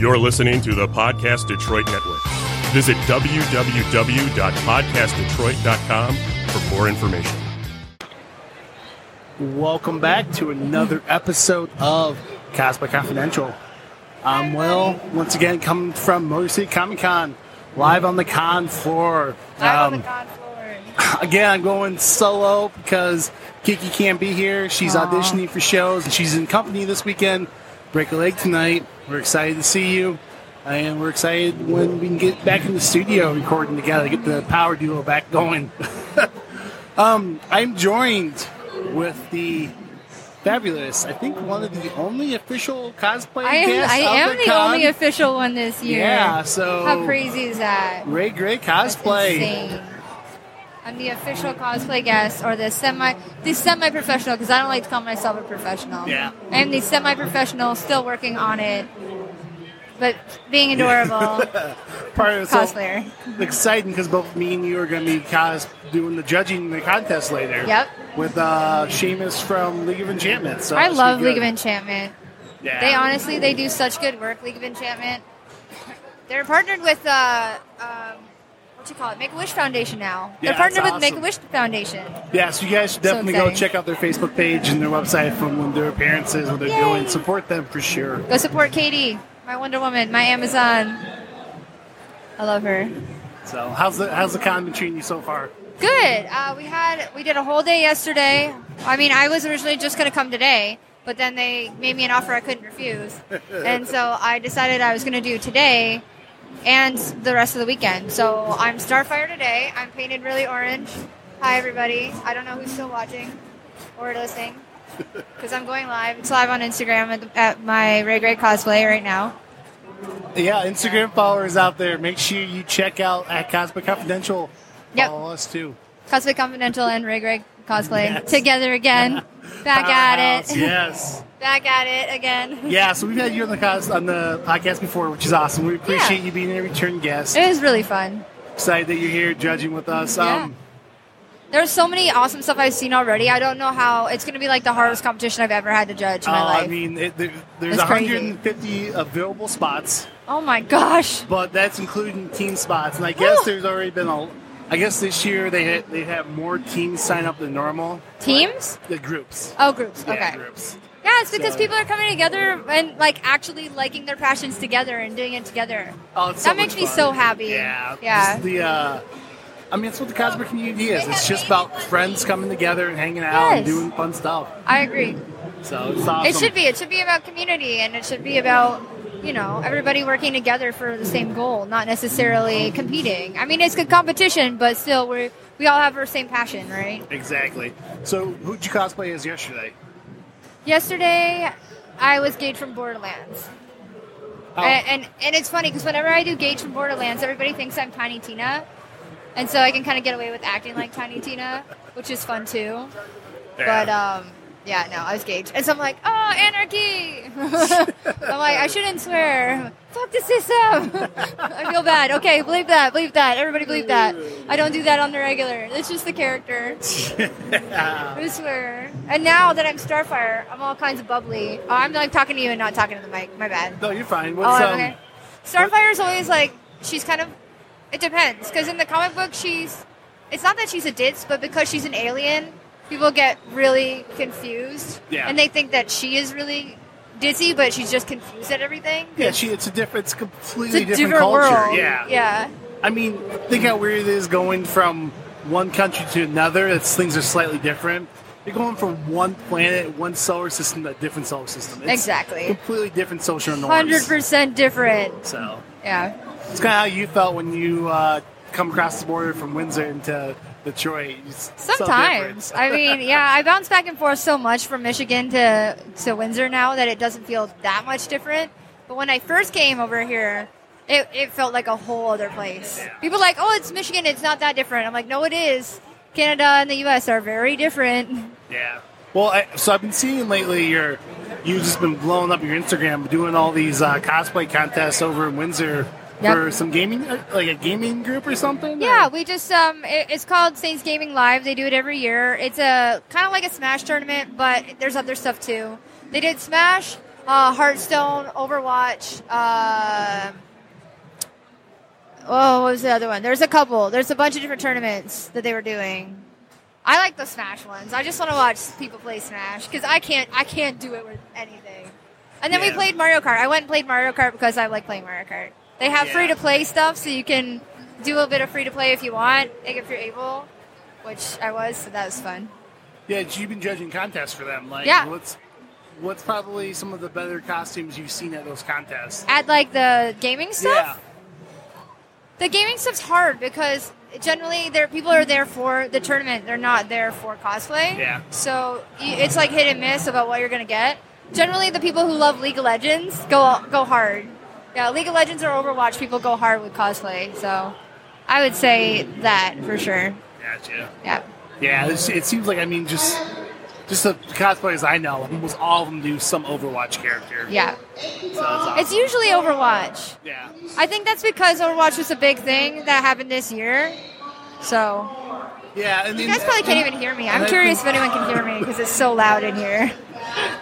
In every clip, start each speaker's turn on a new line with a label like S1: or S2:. S1: You're listening to the Podcast Detroit Network. Visit www.podcastdetroit.com for more information.
S2: Welcome back to another episode of Cosplay Confidential. I'm Will, once again coming from Motor City Comic Con, live on the con floor.
S3: Live on
S2: Um,
S3: the con floor.
S2: again, I'm going solo because Kiki can't be here. She's auditioning for shows, and she's in company this weekend. Break a leg tonight. We're excited to see you, and we're excited when we can get back in the studio recording together, get the power duo back going. um, I'm joined with the fabulous, I think one of the only official cosplay
S3: I am,
S2: guests
S3: I
S2: of
S3: am the
S2: con.
S3: only official one this year.
S2: Yeah, so
S3: How crazy is that?
S2: Ray Gray
S3: That's
S2: cosplay.
S3: insane. I'm the official cosplay guest, or the semi, the semi-professional, because I don't like to call myself a professional.
S2: Yeah.
S3: I'm the semi-professional, still working on it, but being adorable
S2: Part of it's all-
S3: cosplayer.
S2: exciting because both me and you are going to be cos- doing the judging in the contest later.
S3: Yep.
S2: With uh, Seamus from League of Enchantment. So
S3: I
S2: that should
S3: love
S2: be
S3: League of
S2: good.
S3: Enchantment.
S2: Yeah.
S3: They honestly, they do such good work. League of Enchantment. They're partnered with uh, um, what you call it, Make a Wish Foundation now.
S2: Yeah,
S3: They're partnered
S2: that's
S3: with Make a
S2: awesome.
S3: Wish Foundation.
S2: Yeah, so you guys should definitely go
S3: exciting.
S2: check out their Facebook page and their website from when their appearances, what they're
S3: Yay.
S2: doing. Support them for sure.
S3: Go support Katie, my Wonder Woman, my Amazon. I love her.
S2: So how's the how's the con been treating you so far?
S3: Good. Uh, we had we did a whole day yesterday. I mean, I was originally just going to come today, but then they made me an offer I couldn't refuse, and so I decided I was going to do today and the rest of the weekend. So I'm Starfire today. I'm painted really orange. Hi everybody. I don't know who's still watching or listening because I'm going live. It's live on Instagram at, the, at my Ray Gray cosplay right now.
S2: Yeah, Instagram followers out there, make sure you check out at Cosmic Confidential.
S3: Yep.
S2: Follow us too.
S3: Cosplay Confidential and Ray Gray cosplay
S2: Yes.
S3: together again. Back at
S2: Powerhouse,
S3: it.
S2: Yes.
S3: Back at it again.
S2: Yeah, so we've had you on the cos- on the podcast before, which is awesome. We appreciate
S3: Yeah.
S2: you being a return guest.
S3: It was really fun.
S2: excited that you're here judging with us. Um,
S3: There's so many awesome stuff I've seen already. I don't know how it's going to be like the hardest competition I've ever had to judge in my
S2: uh,
S3: life.
S2: I mean, it, there, there's
S3: That's crazy.
S2: 150 available spots,
S3: oh my gosh.
S2: but that's including team spots. And I guess
S3: Oh.
S2: there's already been a. I guess this year they had, they have more teams sign up than normal.
S3: Teams?
S2: The groups.
S3: Oh, groups.
S2: Yeah,
S3: Okay.
S2: groups.
S3: Yeah, it's because
S2: So-
S3: people are coming together and like actually liking their passions together and doing it together.
S2: Oh, it's so
S3: that makes
S2: much
S3: me
S2: fun.
S3: so happy.
S2: Yeah.
S3: Yeah.
S2: Just the. Uh, I mean, it's what the Cosmic community is.
S3: They
S2: It's
S3: have
S2: just about
S3: anyone-
S2: friends coming together and hanging out and
S3: Yes.
S2: doing fun stuff.
S3: I agree.
S2: So it's awesome.
S3: It should be. It should be about community, and it should be about you know everybody working together for the same goal, not necessarily competing. I mean, it's good competition, but still, we we all have our same passion, right?
S2: Exactly. So, who'd you cosplay as yesterday?
S3: Yesterday, I was Gage from Borderlands,
S2: How-
S3: and, and and it's funny because whenever I do Gage from Borderlands, everybody thinks I'm Tiny Tina, and so I can kind of get away with acting like Tiny Tina, which is fun too. But um, yeah, no, I was Gage, and so I'm like, oh, anarchy. I'm like, I shouldn't swear. Fuck the system. I feel bad. Okay, believe that. Believe that. Everybody believe that. I don't do that on the regular. That's just the character. I swear. And now that I'm Starfire, I'm all kinds of bubbly. Oh, I'm like talking to you and not talking to the mic. My bad.
S2: no, you're fine.
S3: Oh,
S2: What's, um,
S3: I'm okay. Starfire's always like she's kind of. It depends because in the comic book she's. It's not that she's a ditz, but because she's an alien, people get really confused.
S2: Yeah.
S3: And they think that she is really ditzy, but she's just confused at everything.
S2: Yeah, she, it's a different, it's
S3: It's a
S2: completely
S3: different,
S2: different, culture.
S3: world.
S2: Yeah.
S3: Yeah.
S2: I mean, think how weird it is going from one country to another. It's things are slightly different. You're going from one planet, one solar system to a different solar system. It's
S3: Exactly.
S2: Completely different social norms.
S3: Hundred percent different.
S2: So
S3: Yeah.
S2: it's kind of how you felt when you uh, come across the border from Windsor into Detroit. It's so
S3: Sometimes.
S2: different.
S3: I mean, yeah, I bounce back and forth so much from Michigan to, to Windsor now that it doesn't feel that much different. But when I first came over here, it, it felt like a whole other place. People are like, oh, it's Michigan, it's not that different. I'm like, no, it is. Canada and the U.S. are very different.
S2: Yeah. Well, I, so I've been seeing lately your you've just been blowing up your Instagram, doing all these uh, cosplay contests over in Windsor
S3: Yep.
S2: for some gaming, uh, like a gaming group or something.
S3: Yeah,
S2: Or-
S3: we just um, it, it's called Saints Gaming Live. They do it every year. It's a kind of like a Smash tournament, but there's other stuff too. They did Smash, uh, Hearthstone, Overwatch. Uh, oh, what was the other one? There's a couple. There's a bunch of different tournaments that they were doing. I like the Smash ones. I just want to watch people play Smash because I can't. I can't do it with anything. And then we
S2: Yeah.
S3: played Mario Kart. I went and played Mario Kart because I like playing Mario Kart. They have
S2: Yeah.
S3: free to play stuff, so you can do a bit of free to play if you want, like if you're able, which I was, so that was fun.
S2: Yeah, you've been judging contests for them. Like,
S3: Yeah.
S2: what's what's probably some of the better costumes you've seen at those contests?
S3: At like the gaming stuff.
S2: Yeah,
S3: The gaming stuff's hard because generally there people are there for the tournament. They're not there for cosplay.
S2: Yeah.
S3: So you, it's like hit and miss about what you're gonna get. Generally, the people who love League of Legends go go hard. Yeah, League of Legends or Overwatch people go hard with cosplay. So I would say that for sure.
S2: gotcha.
S3: Yeah.
S2: Yeah, it's, it seems like I mean just just the cosplayers I know, almost all of them do some Overwatch character.
S3: Yeah.
S2: so it's, awesome.
S3: It's usually Overwatch.
S2: yeah.
S3: I think that's because Overwatch was a big thing that happened this year. So
S2: Yeah, and
S3: you
S2: then-
S3: guys probably can't even hear me.
S2: and
S3: I'm
S2: I
S3: curious if
S2: think-
S3: anyone can hear me because it's so loud in here.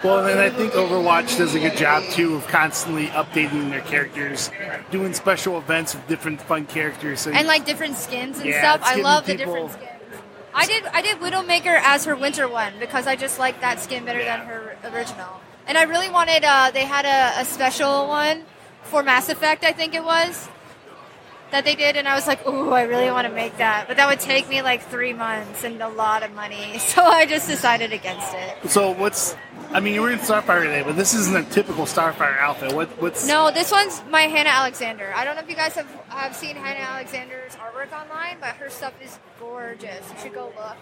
S2: Well, and I think Overwatch does a good job too of constantly updating their characters, doing special events with different fun characters. So
S3: and like different skins and
S2: Yeah,
S3: stuff.
S2: it's
S3: I
S2: giving
S3: love the
S2: people-
S3: different skins. I did I did Widowmaker as her winter one because I just like that skin better
S2: Yeah.
S3: than her original. And I really wanted. Uh, they had a, a special one for Mass Effect, I think it was, that they did, and I was like, ooh, I really want to make that, but that would take me like three months and a lot of money, so I just decided against it.
S2: so what's? I mean, you were in Starfire today, but this isn't a typical Starfire outfit. What, what's?
S3: No, this one's my Hannah Alexander. I don't know if you guys have, have seen Hannah Alexander's artwork online, but her stuff is gorgeous. You should go look.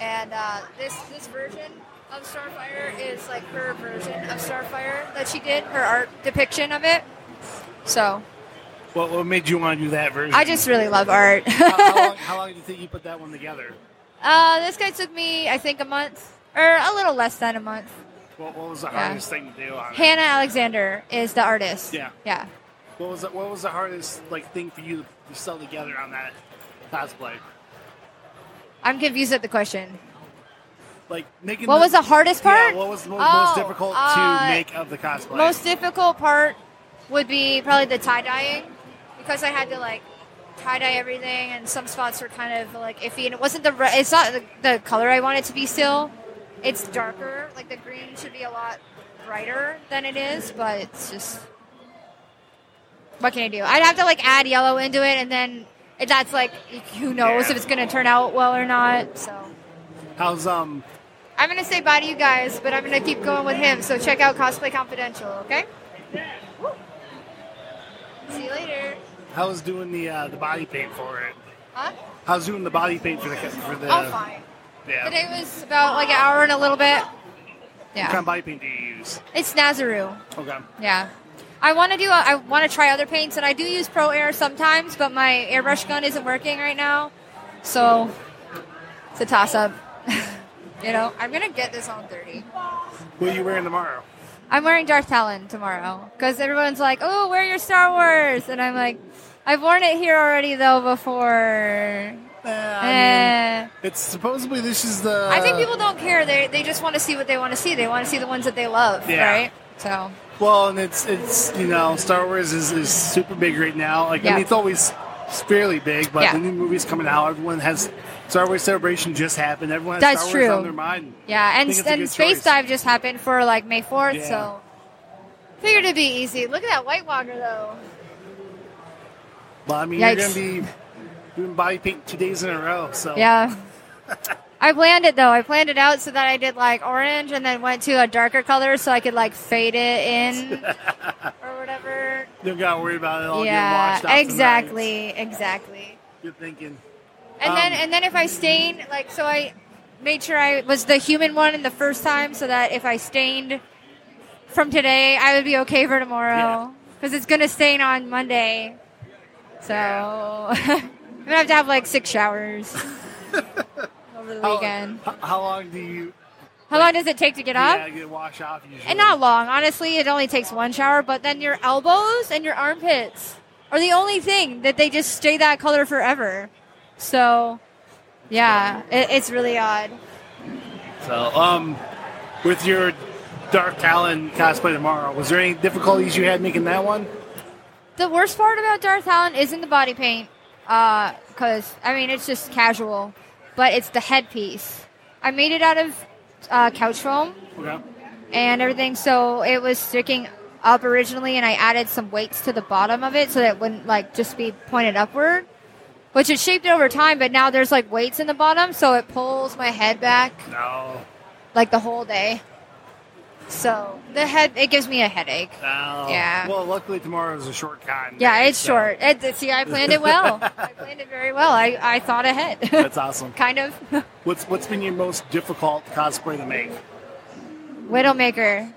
S3: And uh, this this version of Starfire is like her version of Starfire that she did, her art depiction of it. So
S2: What, what made you want to do that version?
S3: I just really love art.
S2: how, how, long, how long do you think you put that one together?
S3: uh, this guy took me, I think, a month or a little less than a month.
S2: What, what was the
S3: Yeah.
S2: hardest thing to do? On it?
S3: Hannah Alexander is the artist.
S2: Yeah.
S3: Yeah.
S2: What was the, what was the hardest like thing for you to sell together on that cosplay?
S3: I'm confused at the question.
S2: Like making.
S3: What was the hardest part?
S2: Yeah, what was the mo-
S3: Oh,
S2: most difficult
S3: uh,
S2: to make of the cosplay?
S3: Most difficult part would be probably the tie dyeing because I had to like tie dye everything, and some spots were kind of like iffy, and it wasn't the re- it's not the, the color I want it to be. Still, it's darker. Like the green should be a lot brighter than it is, but it's just what can I do? I'd have to like add yellow into it, and then it- that's like who knows
S2: Yeah.
S3: if it's gonna turn out well or not. So.
S2: How's um
S3: I'm gonna say bye to you guys, but I'm gonna keep going with him. So check out Cosplay Confidential, okay? Woo. See you later.
S2: how's doing the uh, the body paint for it?
S3: Huh?
S2: How's doing the body paint for the for the?
S3: Oh, fine.
S2: Yeah.
S3: Today was about like an hour and a little bit.
S2: What kind
S3: Yeah.
S2: of body paint do you use?
S3: It's Nazaru.
S2: Okay.
S3: Yeah. I want to do. I want to try other paints, and I do use Pro Air sometimes, but my airbrush gun isn't working right now, so it's a toss up. you know, I'm gonna get this on thirty.
S2: What are you wearing tomorrow?
S3: I'm wearing Darth Talon tomorrow because everyone's like, "Oh, wear your Star Wars," and I'm like, "I've worn it here already though before."
S2: Eh, I mean, uh,
S3: Eh.
S2: it's supposedly this is the.
S3: Uh, I think people don't care. They they just want to see what they want to see. They want to see the ones that they love,
S2: Yeah.
S3: right? So
S2: Well, and it's it's you know Star Wars is, is super big right now. Like I
S3: Yeah.
S2: mean, it's always fairly big, but
S3: Yeah.
S2: the new movie's coming out. Everyone has Star Wars Celebration just happened. Everyone has
S3: That's
S2: Star
S3: true.
S2: Wars on their mind.
S3: yeah, and
S2: think it's a
S3: and
S2: good
S3: Space
S2: choice.
S3: Dive just happened for like May Fourth,
S2: Yeah.
S3: so figured it'd be easy. Look at that White Walker though.
S2: But I mean,
S3: Yikes.
S2: you're gonna be doing body paint two days in a row. So
S3: Yeah. I planned it though. I planned it out so that I did like orange and then went to a darker color so I could like fade it in or whatever.
S2: you don't gotta worry about it all
S3: yeah,
S2: getting washed out tonight.
S3: exactly, exactly.
S2: Good thinking.
S3: And then
S2: Um,
S3: and then if I stain like so I made sure I was the human one in the first time so that if I stained from today I would be okay for
S2: Yeah.
S3: tomorrow because it's gonna stain on Monday. So I'm gonna have to have like six showers over the weekend.
S2: How, how long do you
S3: How long does it take to get up?
S2: yeah, get wash off usually?
S3: And not long, honestly. It only takes one shower, but then your elbows and your armpits are the only thing that they just stay that color forever. So, yeah, it, it's really odd.
S2: So, um, with your Dark Talon cosplay tomorrow. Was there any difficulties you had making that one?
S3: The worst part about Darth Allen isn't the body paint, because I mean it's just casual, but it's the headpiece. I made it out of uh, couch foam
S2: Okay.
S3: and everything, so it was sticking up originally, and I added some weights to the bottom of it so that it wouldn't like just be pointed upward, which it shaped over time. But now there's like weights in the bottom, so it pulls my head back
S2: No.
S3: like the whole day. So the head it gives me a headache.
S2: No.
S3: Yeah.
S2: Well, luckily tomorrow is a short con.
S3: Yeah,
S2: day,
S3: it's
S2: so
S3: short. It, see, I planned it well. I planned it very well. I, I thought ahead,
S2: That's awesome.
S3: kind of.
S2: What's What's been your most difficult cosplay to make?
S3: Widowmaker.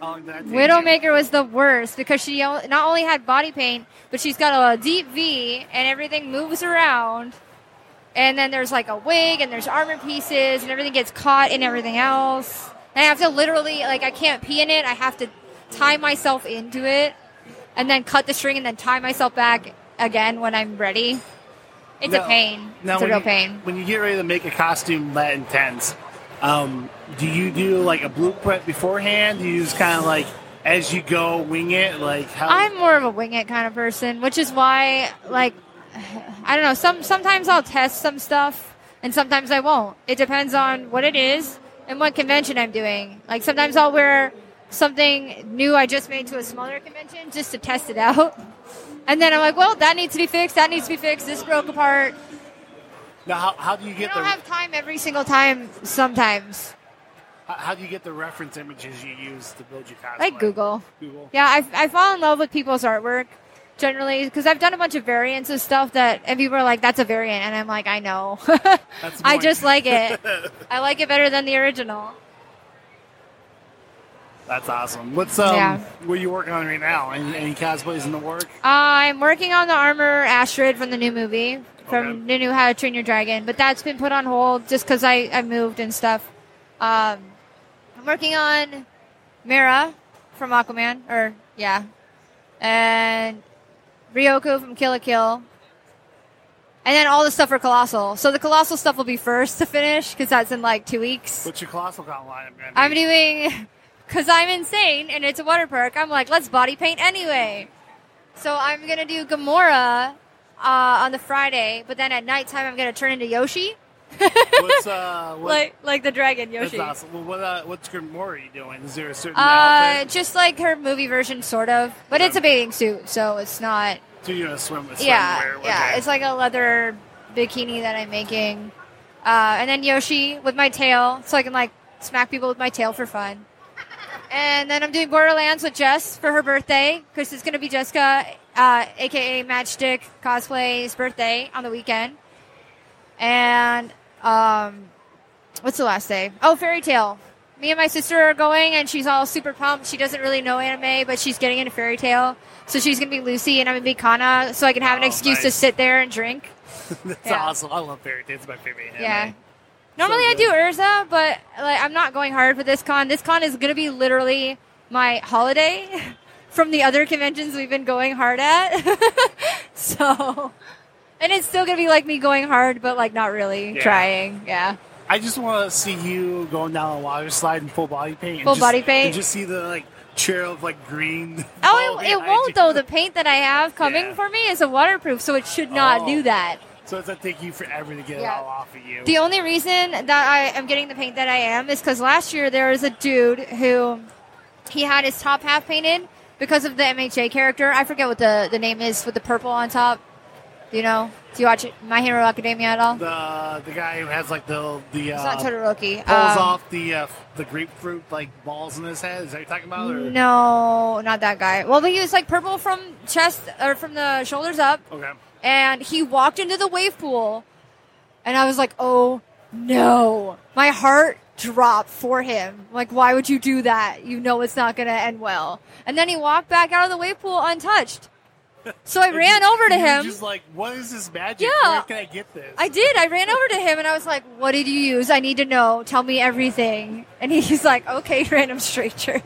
S2: How long did that take you?
S3: Widowmaker was the worst because she o- not only had body paint, but she's got a deep V and everything moves around. And then there's like a wig and there's armor pieces and everything gets caught in everything else. And I have to literally, like, I can't pee in it. I have to tie myself into it and then cut the string and then tie myself back again when I'm ready. It's
S2: Now-
S3: a pain.
S2: now
S3: It's a
S2: when
S3: real
S2: you-
S3: pain.
S2: When you get ready to make a costume that intense, um, do you do like a blueprint beforehand? Do you just kind of like as you go wing it? Like how?
S3: I'm more of a wing it kind of person, which is why, like, I don't know. Some sometimes I'll test some stuff, and sometimes I won't. It depends on what it is and what convention I'm doing. Like sometimes I'll wear something new I just made to a smaller convention just to test it out, and then I'm like, well, that needs to be fixed. That needs to be fixed. This broke apart.
S2: now, how, how do you
S3: I
S2: get the
S3: don't have time every single time. Sometimes,
S2: how, how do you get the reference images you use to build your cosplay?
S3: like Google.
S2: Google.
S3: Yeah, I, I fall in love with people's artwork generally because I've done a bunch of variants of stuff that, and people are like, that's a variant. And I'm like, I know.
S2: That's
S3: I
S2: boring.
S3: just like it. I like it better than the original.
S2: That's awesome. What's um?
S3: Yeah.
S2: What are you working on right now? Any, any cosplays in the work?
S3: I'm working on the armor Astrid from the new movie,
S2: Okay.
S3: from the new How to Train Your Dragon, but that's been put on hold just because I, I moved and stuff. Um, I'm working on Mira from Aquaman, or yeah, and Ryoku from Kill a Kill, and then all the stuff for Colossal. So the Colossal stuff will be first to finish because that's in like two weeks.
S2: What's your colossal con line? gonna be?
S3: I'm doing because I'm insane and it's a water park. I'm like, let's body paint anyway. So I'm gonna do Gamora uh, on the Friday, but then at nighttime I'm gonna turn into Yoshi,
S2: What's uh? What,
S3: like like the dragon
S2: that's
S3: Yoshi.
S2: awesome. Well, what uh, what's Grimora are you doing? Is there a certain
S3: Uh,
S2: outfit?
S3: just like her movie version, sort of, but it's a bathing suit, so it's not.
S2: So you're gonna swim with
S3: yeah,
S2: swimwear,
S3: yeah,
S2: okay.
S3: it's like a leather bikini that I'm making, uh, and then Yoshi with my tail, so I can like smack people with my tail for fun. And then I'm doing Borderlands with Jess for her birthday because it's gonna be Jessica, uh, aka Matchstick Cosplay's birthday on the weekend. And um, what's the last day? Oh, Fairy Tale. Me and my sister are going, and she's all super pumped. She doesn't really know anime, but she's getting into Fairy Tale, so she's gonna be Lucy, and I'm gonna be Kana, so I can have an
S2: Oh,
S3: excuse to
S2: nice.
S3: sit there and drink.
S2: That's
S3: yeah.
S2: awesome. I love fairy tales. It's my favorite. anime.
S3: Yeah. Normally I
S2: good.
S3: do Urza, but like I'm not going hard for this con. This con is gonna be literally my holiday from the other conventions we've been going hard at. so, and it's still gonna be like me going hard, but like not really
S2: Yeah.
S3: trying. Yeah.
S2: I just want to see you going down a water slide in full body paint. and
S3: Full
S2: just-
S3: body paint?
S2: And just see the like trail of like green.
S3: Oh, it, it
S2: behind
S3: won't
S2: you.
S3: though. The paint that I have coming
S2: Yeah.
S3: for me is a waterproof, so it should not
S2: Oh.
S3: do that.
S2: So it's gonna take you forever to get
S3: Yeah.
S2: it all off of you.
S3: The only reason that I am getting the paint that I am is because last year there was a dude who he had his top half painted because of the MHA character. I forget what the, the name is with the purple on top. Do you know? Do you watch it, My Hero Academia at all?
S2: the the guy who has like the the
S3: it's
S2: uh,
S3: not Todoroki.
S2: pulls
S3: Um,
S2: off the uh, f- the grapefruit like balls in his head. Is that what you're talking about? Or?
S3: Um, No, not that guy. Well, he was like purple from chest or from the shoulders up,
S2: Okay.
S3: and he walked into the wave pool, and I was like, oh no. My heart dropped for him. Like, why would you do that? You know it's not going to end well. And then he walked back out of the wave pool untouched. So I ran over to
S2: You're
S3: him.
S2: Just like, what is this magic?
S3: Yeah.
S2: Where can I get this?
S3: I did. I ran over to him and I was like, "What did you use? I need to know. Tell me everything." And he's like, "Okay, random stranger."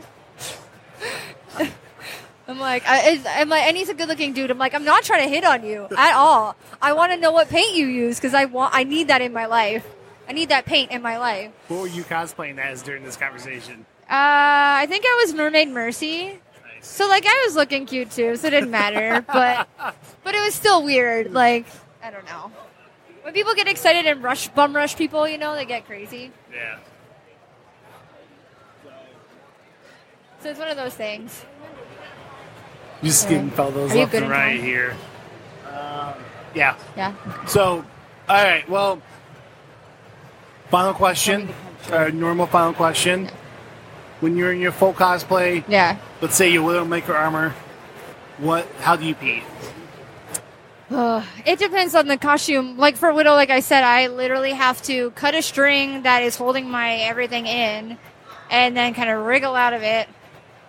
S3: I'm like, I, it's- I'm like, and he's a good-looking dude. I'm like, I'm not trying to hit on you at all. I want to know what paint you use because I want, I need that in my life. I need that paint in my life.
S2: What were you cosplaying as during this conversation?
S3: Uh, Uh, I think I was Mermaid Mercy. So like I was looking cute too, so it didn't matter. but but it was still weird. Like I don't know. When people get excited and rush bum rush people, you know, they get crazy.
S2: Yeah.
S3: So it's one of those things.
S2: You just
S3: Yeah.
S2: getting photos
S3: Are you
S2: left
S3: good
S2: and
S3: in
S2: right
S3: time?
S2: here. Um, yeah.
S3: Yeah.
S2: So, all right. Well, final
S3: Want
S2: question.
S3: me to come
S2: Our normal final question. When you're in your full cosplay,
S3: Yeah.
S2: let's say you're Widowmaker armor, what? How do you pee?
S3: Ugh, it depends on the costume. Like for Widow, like I said, I literally have to cut a string that is holding my everything in and then kind of wriggle out of it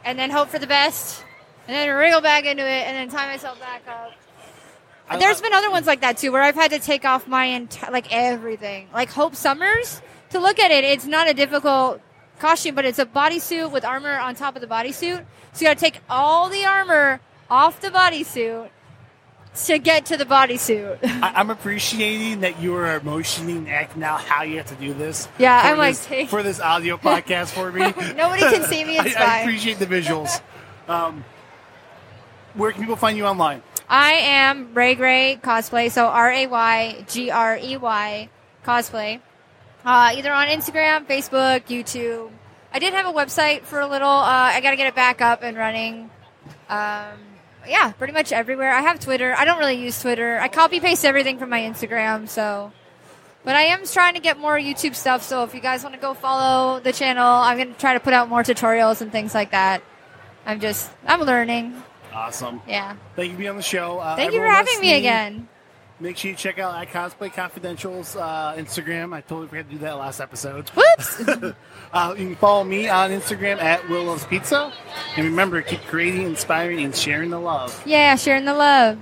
S3: and then hope for the best and then wriggle back into it and then tie myself back up.
S2: I-
S3: There's been other ones like that too where I've had to take off my entire, like everything. Like Hope Summers, to look at it, it's not a difficult costume, but it's a bodysuit with armor on top of the bodysuit. So you gotta take all the armor off the bodysuit to get to the bodysuit.
S2: I, I'm appreciating that you are emotioning act now how you have to do this.
S3: Yeah,
S2: for
S3: I'm like,
S2: this-
S3: take-
S2: for this audio podcast for me.
S3: Nobody can see me, it's
S2: I, I
S3: fine.
S2: appreciate the visuals. Um, where can people find you online?
S3: I am Ray Gray Cosplay, so R A Y G R E Y Cosplay. Uh, either on Instagram, Facebook, YouTube. I did have a website for a little. Uh, I got to get it back up and running. Um, yeah, pretty much everywhere. I have Twitter. I don't really use Twitter. I copy paste everything from my Instagram, so. But I am trying to get more YouTube stuff, so if you guys want to go follow the channel, I'm going to try to put out more tutorials and things like that. I'm just, I'm learning.
S2: Awesome.
S3: Yeah.
S2: Thank you for being on the show. Uh,
S3: Thank you for
S2: everyone
S3: having me
S2: listening,
S3: again.
S2: Make sure you check out at Cosplay Confidential's uh, Instagram. I totally forgot to do that last episode.
S3: Whoops.
S2: Uh, you can follow me on Instagram at Will Loves Pizza. And remember, keep creating, inspiring, and sharing the love.
S3: yeah, sharing the love.